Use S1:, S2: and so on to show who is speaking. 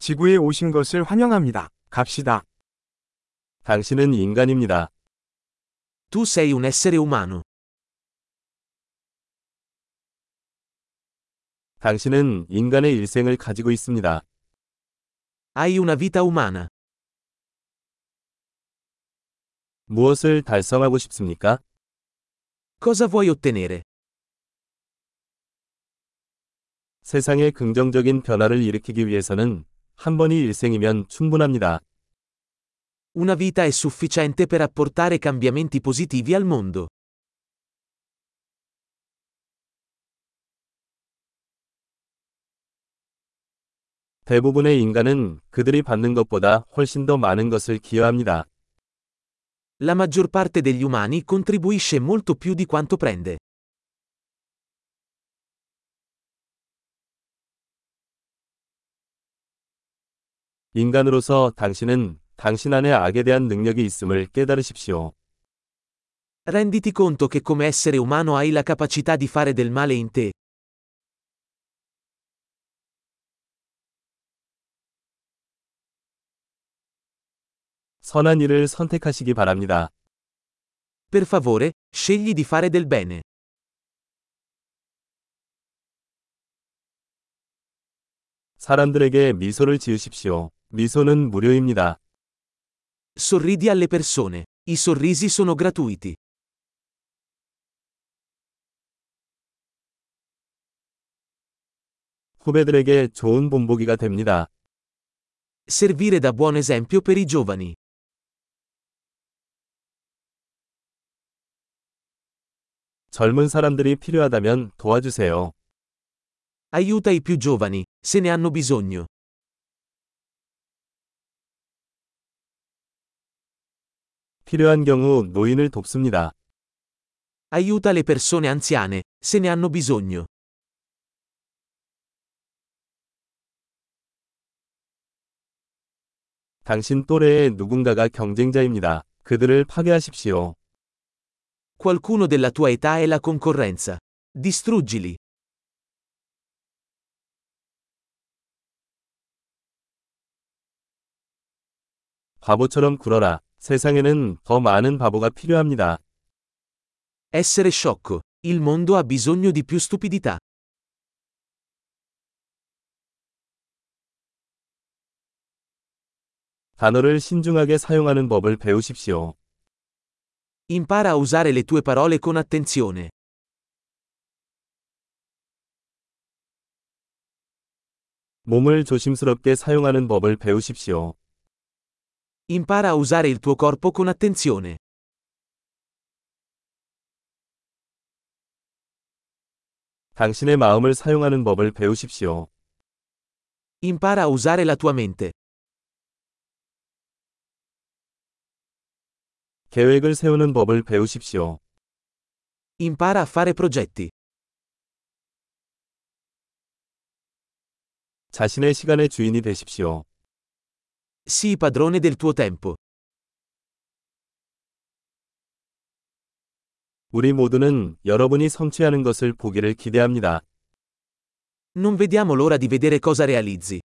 S1: 지구에 오신 것을 환영합니다. 갑시다.
S2: 당신은 인간입니다.
S3: Tu sei un essere umano.
S2: 당신은 인간의 일생을 가지고 있습니다.
S3: Hai una vita umana.
S2: 무엇을 달성하고 싶습니까?
S3: Cosa vuoi ottenere?
S2: 세상에 긍정적인 변화를 일으키기 위해서는 한 번이 일생이면 충분합니다.
S3: Una vita è sufficiente per apportare cambiamenti positivi al mondo.
S2: 대부분의 인간은 그들이 받는 것보다 훨씬 더 많은 것을 기여합니다.
S3: La maggior parte degli umani contribuisce molto più di quanto prende.
S2: 인간으로서 당신은 당신 안에 악에 대한 능력이 있음을 깨달으십시오.
S3: Renditi conto che come essere umano hai la capacità di fare del male in te.
S2: 선한 일을 선택하시기 바랍니다.
S3: Per favore, scegli di fare del bene.
S2: 사람들에게 미소를 지으십시오. 미소는 무료입니다.
S3: Sorridi alle persone. I sorrisi sono gratuiti.
S2: 후배들에게 좋은 본보기가 됩니다.
S3: Servire da buon esempio per i giovani.
S2: 젊은 사람들이 필요하다면 도와주세요.
S3: Aiuta i più giovani, se ne hanno bisogno.
S2: 필요한 경우 노인을 돕습니다.
S3: Aiuta le persone anziane, se ne hanno bisogno.
S2: 당신 또래의 누군가가 경쟁자입니다. 그들을 파괴하십시오.
S3: Qualcuno della tua età è la concorrenza. Distruggili.
S2: 바보처럼 굴어라. 세상에는 더 많은 바보가 필요합니다.
S3: Essere sciocco. Il mondo ha bisogno di più stupidità.
S2: 단어를 신중하게 사용하는 법을 배우십시오.
S3: Impara a usare le tue parole con attenzione.
S2: 몸을 조심스럽게 사용하는 법을 배우십시오.
S3: Impara a usare il tuo corpo con attenzione.
S2: 당신의 마음을 사용하는 법을 배우십시오.
S3: Impara a usare la tua mente.
S2: 계획을 세우는 법을 배우십시오.
S3: Impara a fare progetti.
S2: 자신의 시간의 주인이 되십시오.
S3: Sii padrone del tuo tempo.
S2: 우리 모두는 여러분이 성취하는 것을 보기를 기대합니다.
S3: Non vediamo l'ora di vedere cosa realizzi.